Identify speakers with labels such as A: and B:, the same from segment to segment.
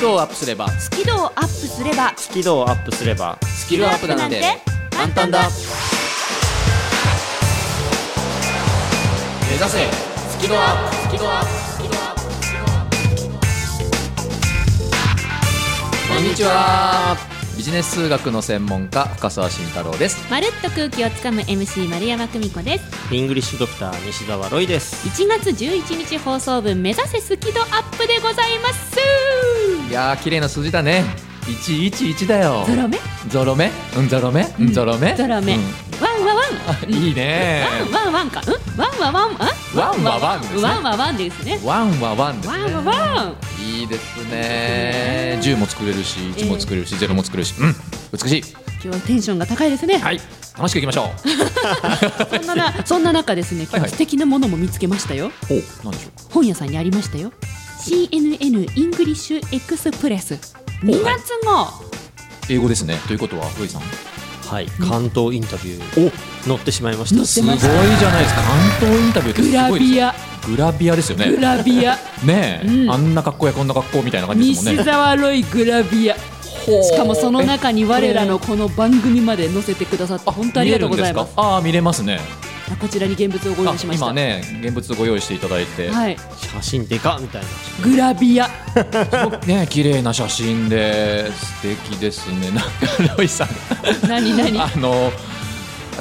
A: 度をアップすれば
B: スキルをアップすれば
C: スキルをアップすれば
A: スキルアップなんて簡単だ目指せスキルアップスキルアップスキルアップスキルアップこんにちはビジネス数学の専門家深澤慎太郎です
B: まるっと空気をつかむ MC 丸山久美子です
C: イングリッシュドクター西澤ロイです
B: 1月11日放送分目指せスキドアップでございます
A: いやー綺麗な数字だね111だよ
B: ゾロ目
A: ゾロ目うんゾロ目うんゾロ目
B: ゾロ目、
A: うん
B: ワンワワン
A: あいい ね
B: ワンワンワンかうんワンワワンあ
A: ワンはワンですね
B: ワンワワンですね
A: ワンはワンです
B: ワ
A: ね
B: ンワワン
A: いいですね10も作れるし1も作れるし0も作れるしうん美しい
B: 今日はテンションが高いですね、
A: はい楽しくいきましょう
B: そん ななそんな中ですね
A: はい
B: 今
A: はい
B: 日素敵なものも見つけましたよ、
A: ほう何でしょ
B: 本屋さんにありましたよ CNN イングリッシュエクスプレス2月号
A: う英語ですねということはロイさん
C: はい関東インタビューお載ってしまいまし
B: 載
C: た
B: って
A: すごいじゃないですか関東インタビューって
B: グ
A: す
B: ラ
A: ごいです
B: ビ
A: よ
B: ア
A: グラビアですよ
B: グ
A: ね
B: ラビア
A: ねえ、
B: うん
A: あんな格好やこんな格好みたいな感じですもん
B: 西
A: ね
B: 沢ロイグラビアしかもその
A: え
B: 中に我らのこの番組まで載せてくださって本当ありがとうござい
A: 見え
B: ます
A: るんでかあー見れますね
B: こちらに現物をご用意しま
A: あ
B: した
A: 今ね現物ご用意していただいて、
B: はい
C: 写真でかみたいな
B: グラビア
A: ね綺麗な写真で素敵ですねなんかロイさん
B: 何何
A: あの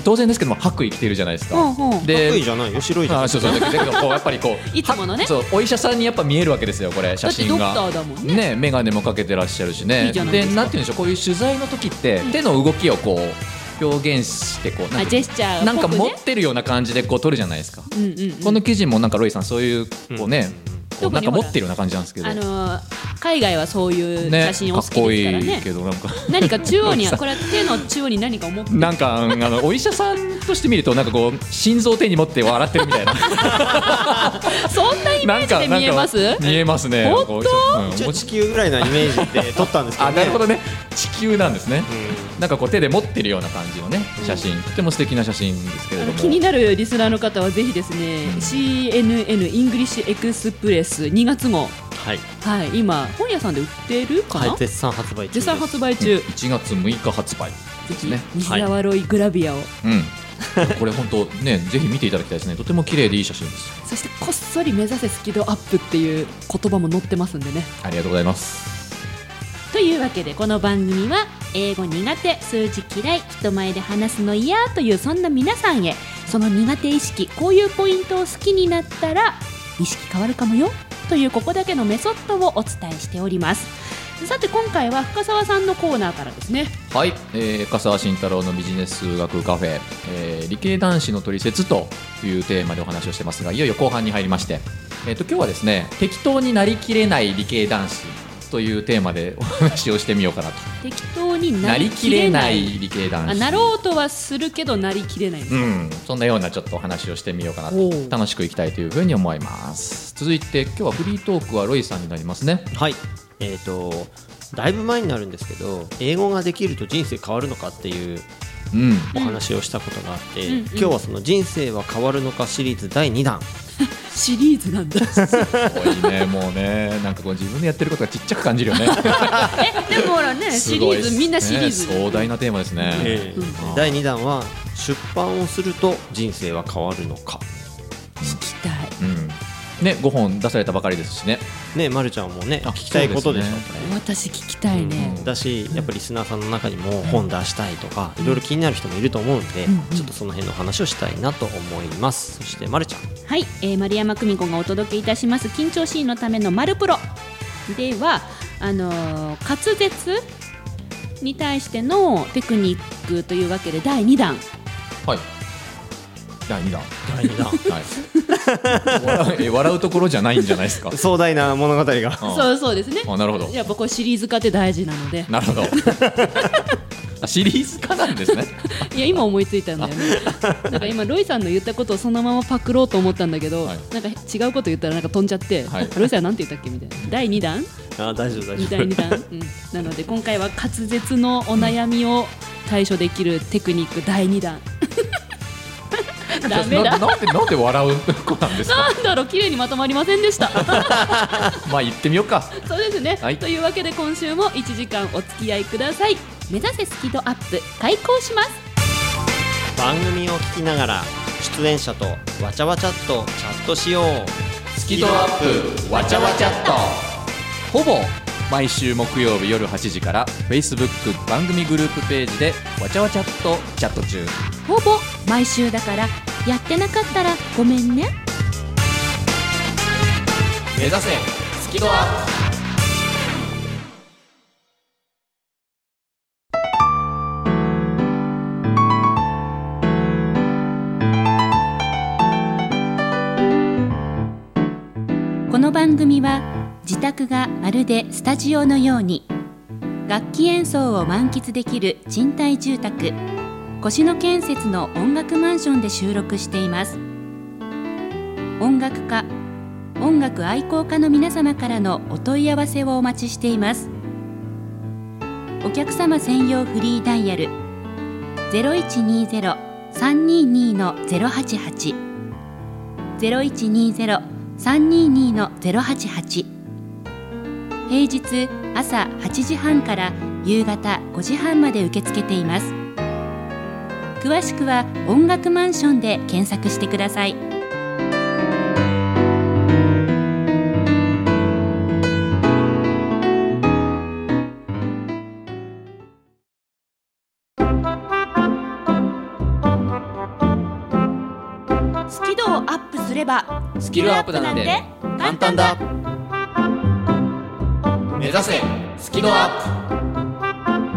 A: 当然ですけども白衣着てるじゃないですか、
B: ほんほん
A: で
C: 白いじゃないよ白いじゃな
A: あ
C: い
A: そうそうだけどこうやっぱり こう
B: いつものね
A: はそうお医者さんにやっぱ見えるわけですよこれ写真が
B: だってドクターだもんね
A: 眼鏡もかけてらっしゃるしね
B: いいじゃないですか
A: なんて言うんでしょうこういう取材の時って、手の動きをこう表現してこうなん
B: あ
A: か
B: ジェスチャー
A: なんか
B: ぽくね
A: 持ってるような感じでこう撮るじゃないですか、
B: うんうんうん
A: この記事もなんかロイさんそういうこうね、こ
B: 特
A: う
B: に
A: なんか
B: ほ
A: 持
B: ら
A: ってるような感じなんですけど、
B: あのー海外はそういう写真
A: か
B: お好
A: っ
B: き
A: こ
B: ですから
A: い
B: ね
A: いけどなんか。
B: 何か中央にはこれは手の中央に何か思って
A: なんかあのお医者さんとして見るとなんかこう心臓を手に持って笑ってるみ たいな
B: そんなイメ
A: なん
B: ージ
A: か
B: で見えます
A: なんか見えますね
B: 本当
A: こうちょっとうん
C: 一応地球ぐらいなイメージで撮ったんですけど、
A: あ
C: ね、
A: なるほど
C: ね、
A: ね地球なんですね、なんかこう手で持ってるような感じのね写真、とても素敵な写真ですけれ
B: あ
A: ど
B: の
A: も
B: 気になるリスナーの方はぜひですね、CNN イングリッシュエクスプレス2月号
C: はい
B: はい今本屋さんで売ってるかな、
C: はい絶賛発売中で
B: 絶
C: す
B: 賛発売中、
A: 1月6日発売
B: ぜひ
A: ね
B: 西沢ロイグラビアを、
A: うん これ本当ねぜひ見ていただきたいですねとても綺麗でいい写真です
B: そしてこっそり目指せスキドアップっていう言葉も載ってますんでね
A: ありがとうございます
B: というわけでこの番組は英語苦手数字嫌い人前で話すの嫌というそんな皆さんへその苦手意識こういうポイントを好きになったら意識変わるかもよというここだけのメソッドをお伝えしておりますさて今回は深澤さんのコーナーからですね
A: はい、えー、深澤慎太郎のビジネス数学カフェ、えー理系男子の取説というテーマでお話をしてますがいよいよ後半に入りまして、えー、と今日はですね適当になりきれない理系男子というテーマでお話をしてみようかなと
B: 適当に
A: な
B: な
A: り
B: り
A: き
B: き
A: れ
B: れ
A: な
B: ない
A: い理系男
B: あ
A: 子
B: なろうとはするけどなりきれない、
A: うん、そんなようなちょっとお話をしてみようかな
B: お
A: と
B: う
A: 楽しくいきたいというふうに思います続いて今日はフリートークはロイさんになりますね
C: はいえっ、とだいぶ前になるんですけど英語ができると人生変わるのかっていう
A: うん
C: お話をしたことがあって、
B: うんうん
C: 今日はその人生は変わるのかシリーズ第2弾
B: シリーズなんだ
A: 多いねもうねなんかこう自分でやってることがちっちゃく感じるよね
B: えでもほらね
A: す
B: シリ
A: ごい
B: ー
A: っす
B: ズみんなシリーズ、
A: ね壮大なテーマですね、
C: ええ
A: うん
C: 第2弾は出版をすると人生は変わるのか
B: 聞きたい
A: うんね、5本出されたばかりですしね、
C: ねまるちゃんもね
A: あ
C: 聞きたいことでしょ
A: そうで
C: これ
B: 私聞きたいね、
C: だしやっぱりリスナーさんの中にも本出したいとかいろいろ気になる人もいると思うんで、
B: うんうん
C: ちょっとその辺の話をしたいなと思いますそしてまるちゃん
B: はい、えー、丸山久美子がお届けいたします緊張シーンのためのマルプロではあのー滑舌に対してのテクニックというわけで第2弾
A: はい、第2弾、
C: 第2弾
A: はい、 笑うえ笑うところじゃないんじゃない ですか。
C: 壮大な物語が
A: あ
B: そうそうですね
A: あなるほど、
B: やっぱこうシリーズ化って大事なので
A: なるほ ど。あシリーズ化なんですね。
B: いや今思いついたんだよねなんか今ロイさんの言ったことをそのままパクろうと思ったんだけど、
A: はい
B: なんか違うこと言ったらなんか飛んじゃって、
A: はい
B: ロイさんなんて言ったっけみたいな第2弾
C: あ大丈夫大
B: み
C: 丈
B: た
C: 夫
B: いな、うん、なので今回は滑舌のお悩みを対処できるテクニック第2弾ダメだ
A: ななんでなんで笑う子なんですか
B: なんだろう綺麗にまとまりませんでした
A: まあ言ってみようか
B: そうですね、
A: はい
B: というわけで今週も1時間お付き合いください目指せスキドアップ開講します
C: 番組を聞きながら出演者とわちゃわちゃっとチャットしよう
A: スキドアップわちゃわちゃっとほぼ毎週木曜日夜8時から Facebook 番組グループページでわちゃわちゃっとチャット中
B: ほぼ毎週だからやってなかったらごめんね
A: 目指せスキドアップ
B: この番組は自宅がまるでスタジオのように楽器演奏を満喫できる賃貸住宅越野建設の音楽マンションで収録しています音楽家音楽愛好家の皆様からのお問い合わせをお待ちしていますお客様専用フリーダイヤル0120-322-088 0120-322-088平日朝8時半から夕方5時半まで受け付けています詳しくは音楽マンションで検索してくださいスキルをアップすれば
A: ス
B: ス
A: キルアップなんて簡単だ目指せスキドアッ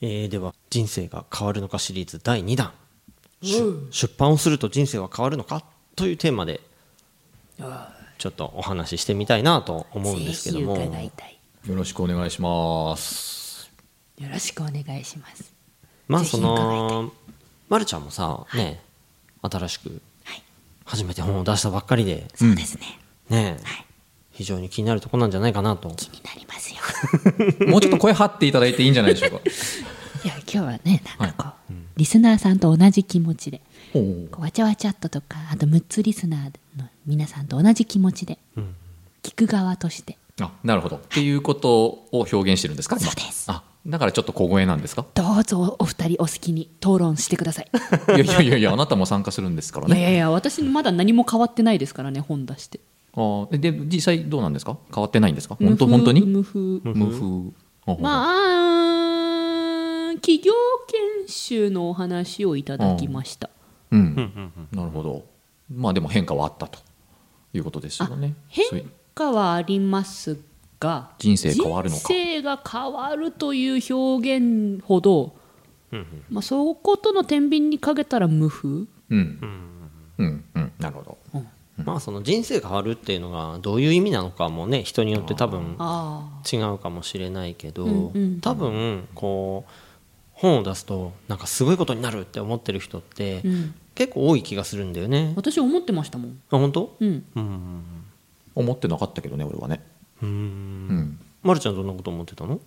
C: えー、では「人生が変わるのか」シリーズ第2弾しゅ出版をすると人生は変わるのかというテーマでちょっとお話ししてみたいなと思うんですけども
B: たい
A: プよろしくお願いします
B: よろしくお願いします
C: まあ
B: ぜひ
C: そのまるちゃんもさ、ね新しく
B: はい
C: 初めて本を出したばっかりで
B: そうですね、
C: ね、
B: はい
C: 非常に気になるとこなんじゃないかなと
B: 気になりますよ
A: もうちょっと声張っていただいていいんじゃないでしょうか
B: いや今日はねなんかこう、リスナーさんと同じ気持ちで
A: おう
B: こうわちゃわちゃっととかあと6つリスナーの皆さんと同じ気持ちで、聞く側として
A: あなるほどっていうことを表現してるんですか今
B: そうです
A: あだからちょっと小声なんですか
B: どうぞお二人お好きに討論してください
A: いやいやいやいやあなたも参加するんですから
B: いやい
A: ね
B: やいや 私まだ何も変わってないですからね本出して
A: あーで実際どうなんですか変わってないんですか本当本当に
B: 無風無風
A: 無風あ
B: まあ企業研修のお話をいただきました、
A: うん、なるほどまあでも変化はあったということですよねそうい
B: 変化はありますが
A: 人生変わるのか
B: 人生が変わるという表現ほど、まあ、そことの天秤にかけたら無風
A: うんうんうんなるほど
C: まあその人生が変わるっていうのがどういう意味なのかもね人によって多分
B: あ
C: 違うかもしれないけど、
B: うんうん
C: 多分こう本を出すとなんかすごいことになるって思ってる人って、
B: あ、うん、
C: 結構多い気がするんだよね。あ
B: 私思ってましたもん、
C: 本当？
B: うん、
C: うん。
A: 思ってなかったけどね俺はね
C: う。
A: うんん
C: まるちゃんどんなこと思ってたの？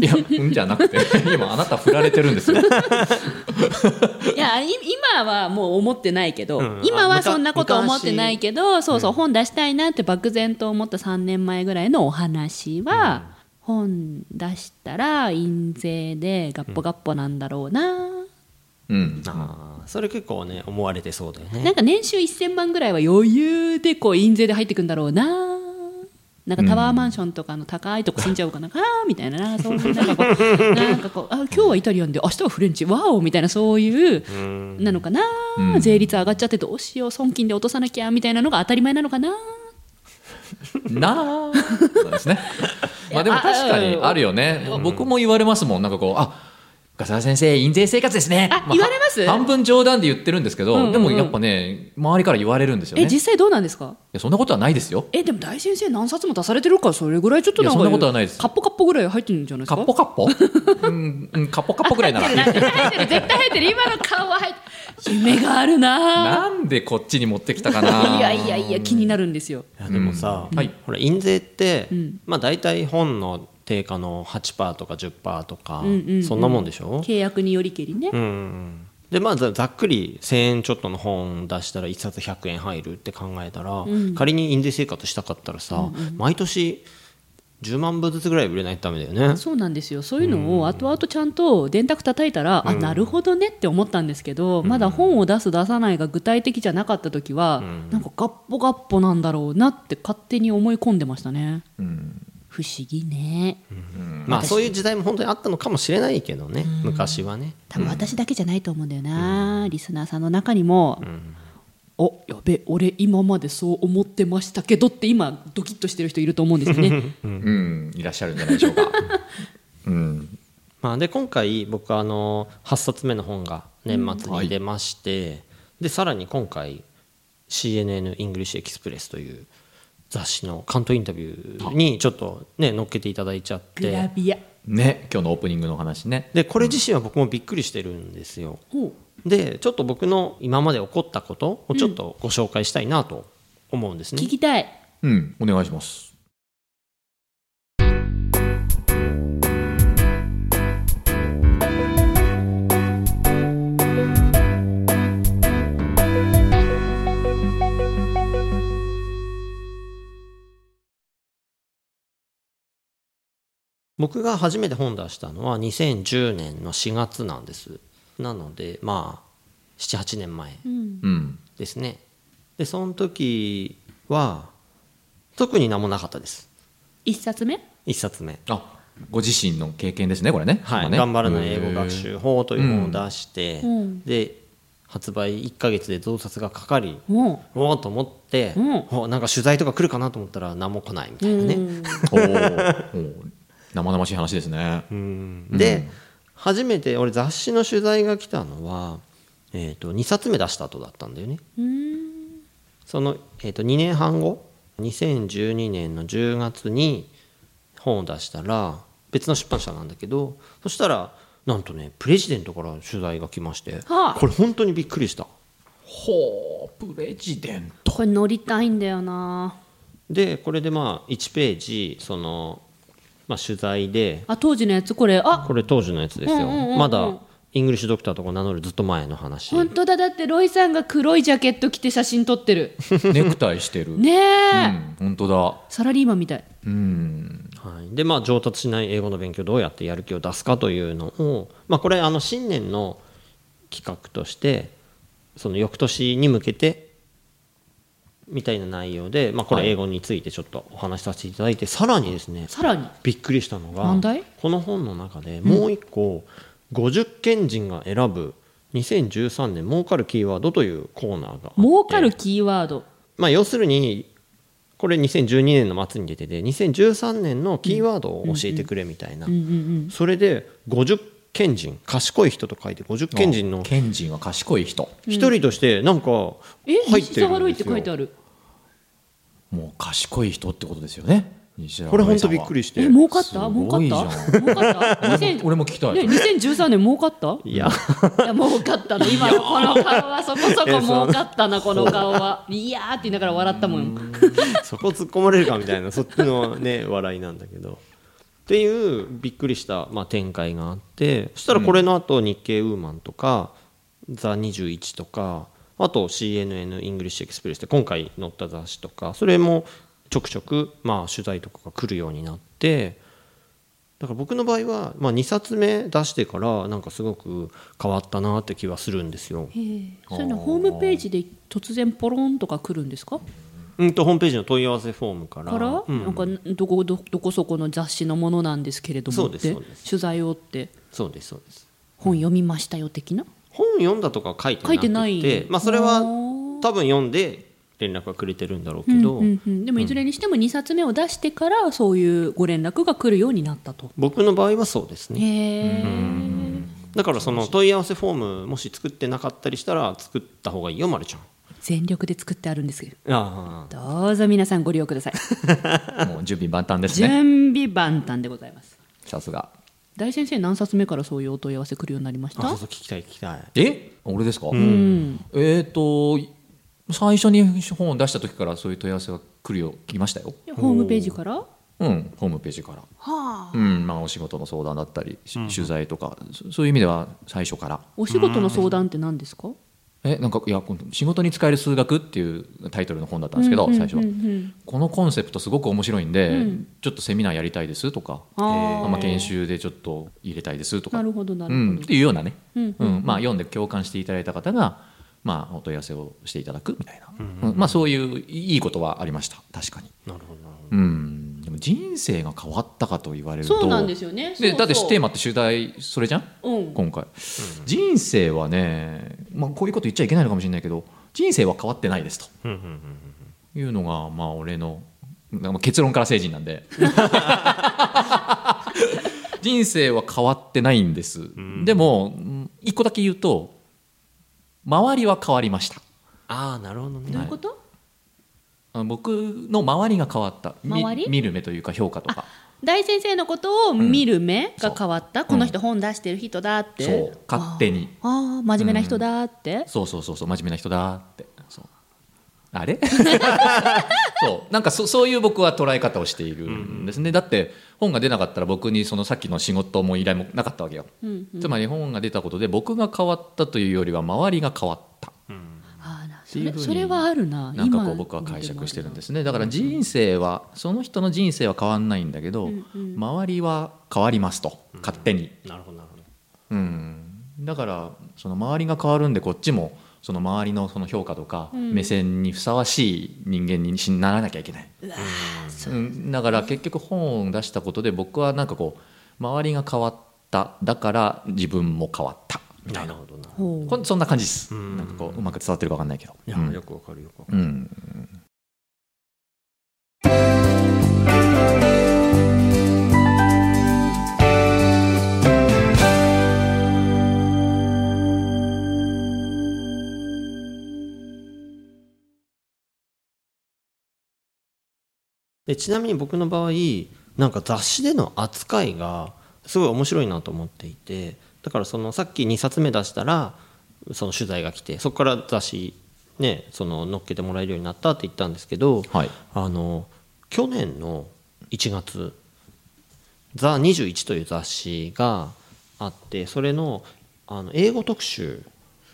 A: いやうんじゃなくて 今あなた振られてるんですよ
B: いやい今はもう思ってないけど、
C: うん
B: 今は
C: あむか
B: そんなこと思ってないけどそうそう、本出したいなって漠然と思った3年前ぐらいのお話は、本出したら印税でガッポガッポなんだろうな、
A: うん
C: ああ、それ結構ね思われてそうだよ
B: なん
C: ね。
B: か年収1000万ぐらいは余裕でこう印税で入ってくんだろうななんかタワーマンションとかの高いとこ住んじゃおうかな、あ ーみたいななそういうなんかこ うなんかこうあ今日はイタリアンで明日はフレンチわおみたいなそういう
C: うん。
B: なのかな、
A: うん
B: 税率上がっちゃってどうしよう損金で落とさなきゃみたいなのが当たり前なのかな
A: なあそうですねまあでも確かにあるよね僕も言われますもんなんかこうあ笠原先生印税生活ですね
B: あ
A: あ
B: 言われます
A: 半分冗談で言ってるんですけど、
B: うんうんうん
A: でもやっぱね周りから言われるんですよね
B: え
A: い
B: 実際どうなんですか
A: やそんなことはないですよ
B: えでも大先生何冊も出されてるからそれぐらいちょっとなんか
A: いやそんなことはないです
B: カッポカッポぐらい入ってるんじゃないです
A: カ
B: か
A: ッポカッポうん、うん、カッポカッポぐらいなら
B: 入ってる入ってる 絶対入ってる今の顔は入ってる 夢があるな
A: なんでこっちに持ってきたかな
B: いやいやいや気になるんですよ
C: いやでもさ、
A: うんはい
C: ほら印税って、
B: ん
C: まあ大体本の定価の8%とか10%とか、
B: んうんうん
C: そんなもんでしょ、
B: 契約によりけりね、
C: うんうん、でまあざざっくり1000円ちょっとの本出したら1冊100円入るって考えたら、仮に印税生活したかったらさ、毎年10万部ずつぐらい売れないとダメだよね。
B: そうなんですよそういうのを後々ちゃんと電卓叩いたら、あなるほどねって思ったんですけど、まだ本を出す出さないが具体的じゃなかった時は、なんかガッポガッポなんだろうなって勝手に思い込んでましたね、不思議ね、
C: まあそういう時代も本当にあったのかもしれないけどね、昔はね。
B: 多分私だけじゃないと思うんだよな、リスナーさんの中にも、おやべ俺今までそう思ってましたけどって今ドキッとしてる人いると思うんですよね
A: うん、いらっしゃるんじゃないでしょう か。うん、
C: まあ、で今回僕あの8冊目の本が年末に出まして、でさらに今回 CNN イングリッシュエキスプレスという雑誌の関東インタビューにちょっとね乗っけていただいちゃっ
B: グラ
C: て
B: ビア
A: ね、今日のオープニングの話ね。
C: でこれ自身は僕もびっくりしてるんですよ
B: ほう
C: でちょっと僕の今まで起こったことをちょっとご紹介したいなと思うんですね、
B: 聞きたい
A: うん、お願いします。
C: 僕が初めて本出したのは2010年の4月なんですなのでまあ78年前
A: うん、
C: ですねでその時は特に何もなかったです
B: 一冊目
C: 1冊目
A: あ、ご自身の経験ですね、これね。
C: はい、
A: 今ね
C: 頑張らない英語学。習法という本を出して、
B: うん
C: で発売1ヶ月で増刷がかかり、
B: も
C: おおと思って、
B: うん
C: おなんか取材とか来るかなと思ったら何も来ないみた
B: う、
C: いなね、
B: うん
A: おーおー、生々しい話ですね。
C: で、初めて俺雑誌の取材が来たのは、えー、と2冊目出した後だったんだよねその、えー、と2年半後2012年の10月に本を出したら別の出版社なんだけどそしたらなんとねプレジデントから取材が来まして、
B: はあ
C: これ本当にびっくりした
A: ほう、プレジデン
B: これ乗りたいんだよな
C: でこれでまあ1ページその、まあ、取材で
B: あ当時のやつこれあ
C: これ当時のやつですよ、
B: うんうんうんうん
C: まだイングリッシュドクターとか名乗るずっと前の話
B: 本当だだってロイさんが黒いジャケット着て写真撮ってる
A: ト。ネクタイ してる。
B: ね
A: う
B: え、
A: ん、本当だ。
B: サラリーマンみたい
C: はい、でまあ上達しない英語の勉強どうやってやる気を出すかというのを、まあ、これあの新年の企画としてその翌年に向けてみたいな内容で、まあ、これ英語についてちょっとお話しさせていただいて、さらにですね
B: さらに
C: びっくりしたのが
B: なんだい
C: この本の中でもう一個、50賢人が選ぶ2013年儲かるキーワードというコーナーがあって
B: 儲かるキーワード
C: まあ、要するにこれ2012年の末に出てて2013年のキーワードを教えてくれみたいな、
B: うんうん
C: それで50賢人賢い人と書いて50賢人の
A: 賢人は賢い人。
C: 一人としてなんか入
B: うんえ
C: っ
B: 西
C: てる
B: 沢
C: ん
B: ロイ
C: で
B: って
C: す
B: 書いて
C: よ
B: ある
A: もう賢い人ってことですよね。
C: これ本当びっく
A: り。
C: りして
B: え儲かっ
A: す
B: た儲
A: ご
B: かっ
A: いじゃん
B: た儲かった2000
A: 俺も聞きたい。
B: ね、2013年儲かった
C: いや
B: いや儲かったの今のこの顔はそこそこ儲かったなこの顔はいやーって言いながら笑ったもん
C: そこ突っ込まれるかみたいなそっちのね笑いなんだけどっていうびっくりした、まあ、展開があってそしたらこれの後、日経ウーマン」とか「ザ21とかあと CNN イングリッシュエクスプレスで今回載った雑誌とかそれもちょくちょく、まあ、取材とかが来るようになってだから僕の場合は、まあ、2冊目出してからなんかすごく変わったなって気はするんですよ。
B: そういうのホームページで突然ポロンとか来るんですか
C: うんとホームページの問い合わせフォームから
B: から、
C: うん
B: なんかどこどどこそこの雑誌のものなんですけれども
C: そ
B: っ
C: う
B: て
C: ですそうです
B: 取材をって
C: そうですそうです
B: 本読みましたよ的な
C: 本読んだとかは書いてな
B: 書
C: くて
B: いてない
C: まあ、それは
B: あー
C: 多分読んで連絡がくれてるんだろうけど、
B: うんうんうんでもいずれにしても2冊目を出してからそういうご連絡が来るようになったと。
C: 僕の場合はそうです
B: へ
C: ね
B: え、
C: だからその問い合わせフォームもし作ってなかったりしたら作った方がいいよまるちゃん
B: 全力で作ってあるんですけど
C: ああ
B: どうぞ皆さんご利用くだ さい
A: もう準備万端ですね。
B: 準備万端でございます
A: さすが。
B: 大先生何冊目からそういうお問い合わせ来るようになりまし
C: あそ
B: た
C: うそう聞きたい聞きたい
A: え俺ですか、えっ、と最初に本を出した時からそういう問い合わせが来るよ来ましたよ
B: ホームページから
A: うん、ホームページから、
B: はあ
A: うんまあ、お仕事の相談だったり、し取材とかそそういう意味では最初から
B: お仕事の相談って何ですか
A: えなんかいやこの仕事に使える数学っていうタイトルの本だったんですけど、
B: うんうんうん
A: 最初このコンセプトすごく面白いんで、
B: うん
A: ちょっとセミナーやりたいですとか、
B: あー
A: まあ、研修でちょっと入れたいですとか
B: なるほどな
A: う
B: る
A: ん、
B: ほ
A: っ
B: ど
A: ていうようなね、
B: うん
A: うんまあ、読んで共感していただいた方が、まあ、お問い合わせをしていただくみたいな、うんまあ、そういういいことはありました確かに、
C: なるほどなるほ
A: うん、でも人生が変わったかと言われると
B: そうなんですよね
A: でだってテーマ
B: ま
A: って主題それじゃん
B: うん
A: 今回、人生はね、まあ、こういうこと言っちゃいけないのかもしれないけど人生は変わってないですと
C: どうんうんうん
A: いうのが、まあ、俺のなんか結論から成人なん で人生は変わってないんです、でもうん一個だけ言うと周りは変わりました
C: ああなるほどね、
B: どういうこと
A: あ僕の周りが変わったみ
B: 周り
A: 見る目というか評価とか
B: 大先生のことを見る目が変わった、この人本出してる人だって、
A: そう勝手に
B: ああ真面目な人だって、
A: そうそうそうそう真面目な人だってそうあ れそうなんかそそういう僕は捉え方をしているんですね、だって本が出なかったら僕にそのさっきの仕事も依頼もなかったわけよ、
B: うんうん
A: つまり本が出たことで僕が変わったというよりは周りが変わった
B: ああな
A: て
B: そ
A: いう
B: れ
A: ふうに
B: それはあるな
A: なんかこう僕は解釈してるんですねだから人生はその人の人生は変わんないんだけど、
B: うんうん
A: 周りは変わりますと勝手に、
C: なるほどなるほど
A: うん、だからその周りが変わるんでこっちもその周りのその評価とか
B: うん
A: 目線にふさわしい人間にしならなきゃいけない、、
B: うわーそううん
A: だから結局本を出したことで僕はなんかこう周りが変わっただから自分も変わったみた
C: ないる
A: な
C: ほどなるほど
B: ほう
A: こんそんな感じです
C: うん
A: なんかこううまく伝わってるか分かんないけど
C: いや、
A: うん
C: よくわかるよくわかる
A: うん
C: でちなみに僕の場合なんか雑誌での扱いがすごい面白いなと思っていてだからそのさっき2冊目出したらその取材が来てそこから雑誌ねその乗っけてもらえるようになったって言ったんですけど、
A: はい
C: あの去年の1月「ザ21という雑誌があってそれのあの英語特集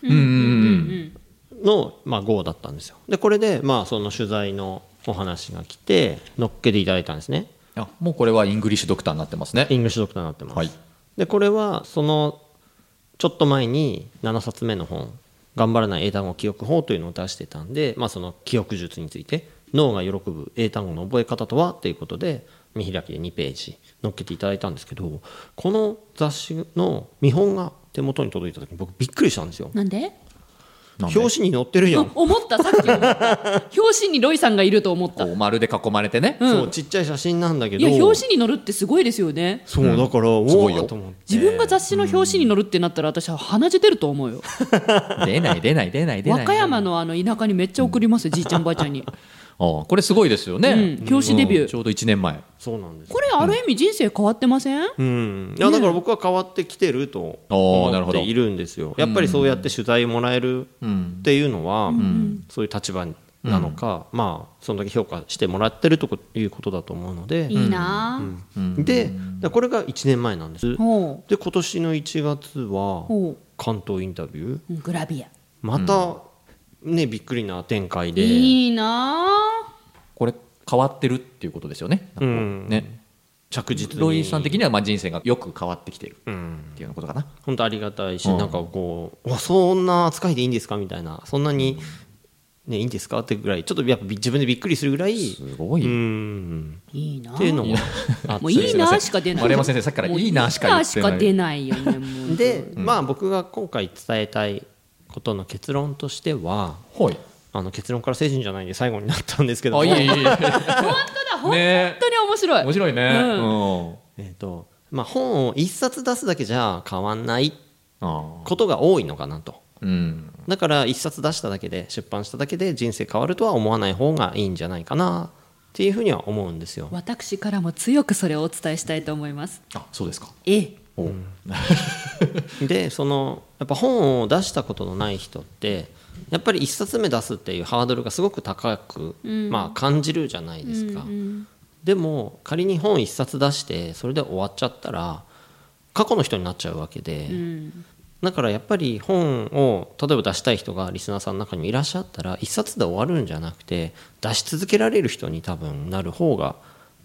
A: うんうん
C: の、まあ、号だったんですよでこれで、まあ、その取材のお話が来て乗っけていただいたんですね
A: あもうこれはイングリッシュドクターになってますね
C: イングリッシュドクターになってます、
A: はい
C: でこれはそのちょっと前に7冊目の本「頑張らない英単語記憶法」というのを出してたんで、まあ、その記憶術について脳が喜ぶ英単語の覚え方とはっていうことで見開きで2ページ載っけていただいたんですけどこの雑誌の見本が手元に届いた時に僕びっくりしたんですよ
B: なんで
A: なんで
C: 表紙に載ってるよ
B: 思ったさっき思った表紙にロイさんがいると思っ
A: こ
B: た
A: う丸で囲まれてね、
C: そうちっちゃい写真なんだけ
B: い
C: ど
B: や表紙に載るってすごいですよね
C: そうだから、おお
A: すごいよ
C: と思って
B: 自分が雑誌の表紙に載るってなったら私は鼻血出ると思うよ
A: 出ない出ない出ない出
B: 和
A: ない
B: 歌山のあの田舎にめっちゃ送りますよじいちゃんばあちゃんに
A: ああこれすごいですよね、
B: うん表紙デビュー
A: ちょうど1年前
C: そうなんです
B: これある意味人生変わってません、
C: うん、いやだから僕は変わってきてると
A: おーなる
C: 思っ
A: ほど
C: ているんですよ、やっぱりそうやって取材もらえるっていうのは、そういう立場なのか、まあ、そのだけ評価してもらってるということだと思うので、
B: いいなあ、
C: でだからこれが1年前なんです。
B: ほ
C: で今年の1月
B: う
C: は
B: ほ
C: 関東インタビュー
B: うグラビア
C: また、ね、びっくりな展開で
B: いいなあ
A: これ変わってるっていうことですよね。なんかこう
C: うん
A: ね
C: 着実に
A: ロイさん的にはまあ人生がよく変わってきてる
C: うん
A: っていうようなことかな。
C: 本当ありがたいし、
A: うん
C: なんかこううわそんな扱いでいいんですかみたいなそんなに、ね、いいんですかってぐらいちょっとやっぱび自分でびっくりするぐらい
A: すごい。
C: う
A: 丸
C: ん
B: いいなあ
C: っていうのもあ
B: もういいなあしか出ない
A: 山先生さっきからい
B: もう
A: いなしか言って
B: いいなあしか出
A: ない。
B: ないよね もう
C: で、まあ僕が今回伝えたいことの結論としては
A: はい。
C: あの結論から成人じゃないんで最後になったんですけども
A: あいいいいいい。
B: 本当だ本
A: ね
B: 当に面白い
A: 面白いね。
B: う
A: うんん。あ
C: えーとまあ、本を一冊出すだけじゃ変わんない
A: あ。
C: ことが多いのかなと
A: うん。
C: だから一冊出しただけで出版しただけで人生変わるとは思わない方がいいんじゃないかなっていうふうには思うんですよ。
B: 私からも強くそれをお伝えしたいと思います
A: あそうですか。
B: ええ
A: おう
C: でそのやっぱ本を出したことのない人ってやっぱり一冊目出すっていうハードルがすごく高く、まあ、感じるじゃないですか。でも仮に本一冊出してそれで終わっちゃったら過去の人になっちゃうわけで、だからやっぱり本を例えば出したい人がリスナーさんの中にもいらっしゃったら一冊で終わるんじゃなくて出し続けられる人に多分なる方が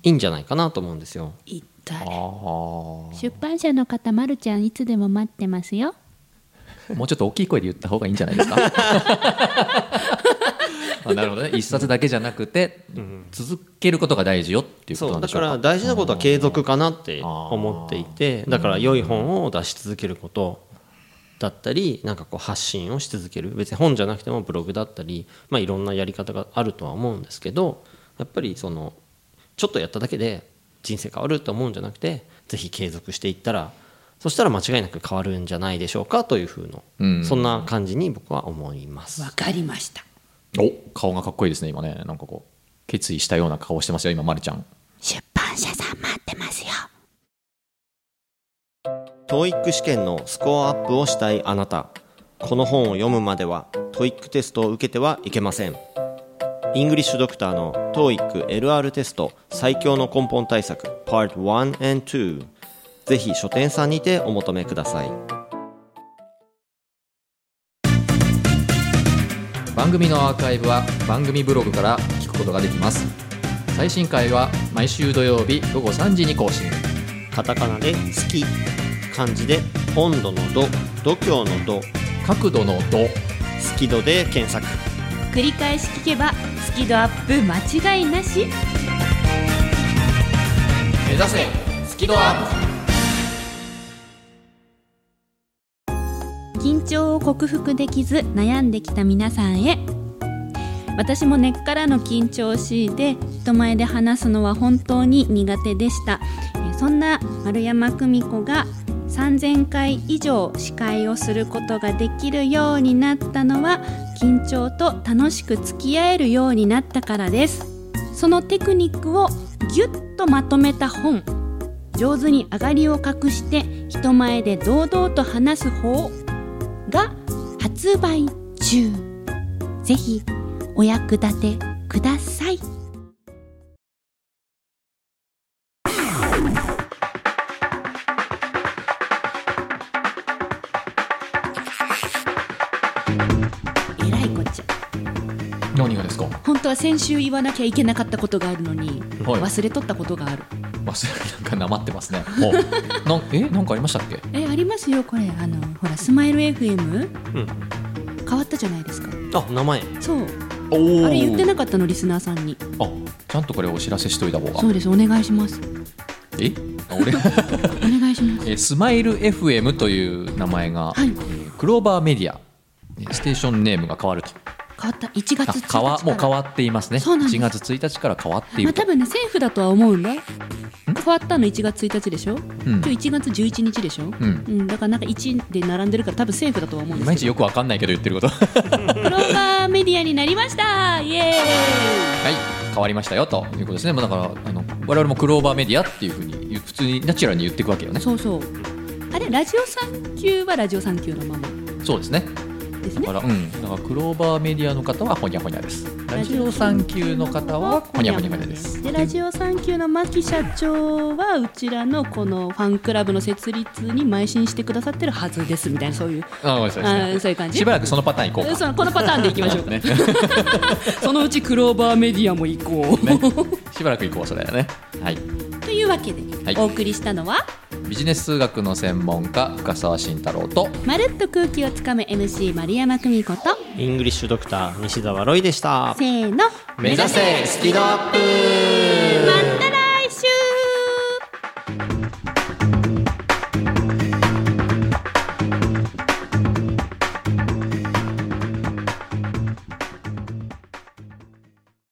C: いいんじゃないかなと思うんですよ。
B: 一体
A: あー
B: 出版社の方まるちゃんいつでも待ってますよ
A: もうちょっと大きい声で言った方がいいんじゃないですか。 あなるほどね。一冊だけじゃなくて、続けることが大事よっていうこと
C: そ
A: な
C: うんだ
A: でしょ
C: か。
A: うから
C: 大事なことは継続かなって思っていてだから良い本を出し続けることだったりなんかこう発信をし続ける別に本じゃなくてもブログだったり、まあ、いろんなやり方があるとは思うんですけどやっぱりそのちょっとやっただけで人生変わると思うんじゃなくてぜひ継続していったらそしたら間違いなく変わるんじゃないでしょうかというふうの、
A: うん
C: そんな感じに僕は思います。
B: わかりました
A: お顔がかっこいいですね、今ね。なんかこう、決意したような顔してますよ、今、まるちゃん。
B: 出版社さん待ってますよ
C: TOEIC 試験のスコアアップをしたいあなたこの本を読むまでは TOEIC テストを受けてはいけませんイングリッシュドクターの TOEICLR テスト最強の根本対策 Part 1 and 2ぜひ書店さんにてお求めください
A: 番組のアーカイブは番組ブログから聞くことができます。最新回は毎週土曜日午後3時に更新。
C: カタカナで「好き」漢字で「温度の度」「度胸の度」
A: 角度の度。
C: 「好き度」で検索
B: 繰り返し聞けばスキドアップ間違いなし
A: 目指せスキドアッ
B: 緊張を克服できず悩んできた皆さんへ私も根っからの緊張を強いて人前で話すのは本当に苦手でしたえーそんな丸山久美子が3000回以上司会をすることができるようになったのは緊張と楽しく付き合えるようになったからですそのテクニックをぎゅっとまとめた本上手に上がりを隠して人前で堂々と話す方が発売中ぜひお役立てくださいえらいこっちゃ
A: プ何がですか
B: 本当は先週言わなきゃいけなかったことがあるのに、
A: はい
B: 忘れとったことがある
A: 忘れなんかなまってますね。おなんえなんかありましたっけ
B: えありますよこれあのほらスマイル FM
C: うん
B: 変わったじゃないですか
C: あ名前
B: そう
A: お
B: あれ言ってなかったのリスナーさんに
A: あちゃんとこれお知らせしといた方
B: そ
A: が
B: うですお願いします
A: え あ俺
B: お願いします
A: えスマイル FM という名前が、
B: はい
A: えークローバーメディアえステーションネームが変わると
B: 変わった1月
A: あ
B: 1日
A: 変わもう変
B: わ
A: わっていますね
B: そうなんです
A: 1月1日から変わってい
B: ま
A: ると、
B: あ多分ね政府だとは思うんだ変わったの1月1日でしょ
A: うん
B: 今日1月11日でしょ
A: う、
B: うんん、だからなんか1で並んでるから多分政府だとは思うん
A: いま
B: で
A: すい
B: け
A: ち
B: ど
A: よくわかんないけど言ってることはい
B: クローバーメディアになりましたイエ
A: 変わりましたよということですね、まあ、だからあの我々もクローバーメディアっていうふうに言う普通にナチュラルに言っていくわけよ
B: ーイ
A: ね
B: そうそうあれラジオ3級はラジオ3級のまま
A: そうですね
B: です
A: だ
B: ね
A: から、うん、だからクローバーメディアの方はほにゃほにゃです。ラジオ三級の方はほにゃほにゃほにゃです。
B: でラジオサンキューの牧社長はうちらのこのファンクラブの設立に邁進してくださってるはずですみたいなそういう
A: あ、ごめんなさい
B: あ
A: で
B: ー
A: す
B: そ
A: ね。
B: ういう感じ
A: しばらくそのパターンいこうか。
B: そのこのパターンでいきましょう か、
A: ね。
B: そのうちクローバーメディアも行こう、
A: しばらくいこう、それだね。はい。
B: というわけで、
A: はい
B: お送りしたのは
A: ビジネス数学の専門家深澤慎太郎と。
B: 「まるっと空気をつかむ MC 丸山久美子」と
C: イングリッシュドクター西澤ロイでした
B: せーの
A: 目指せスキドアップ。
B: また来週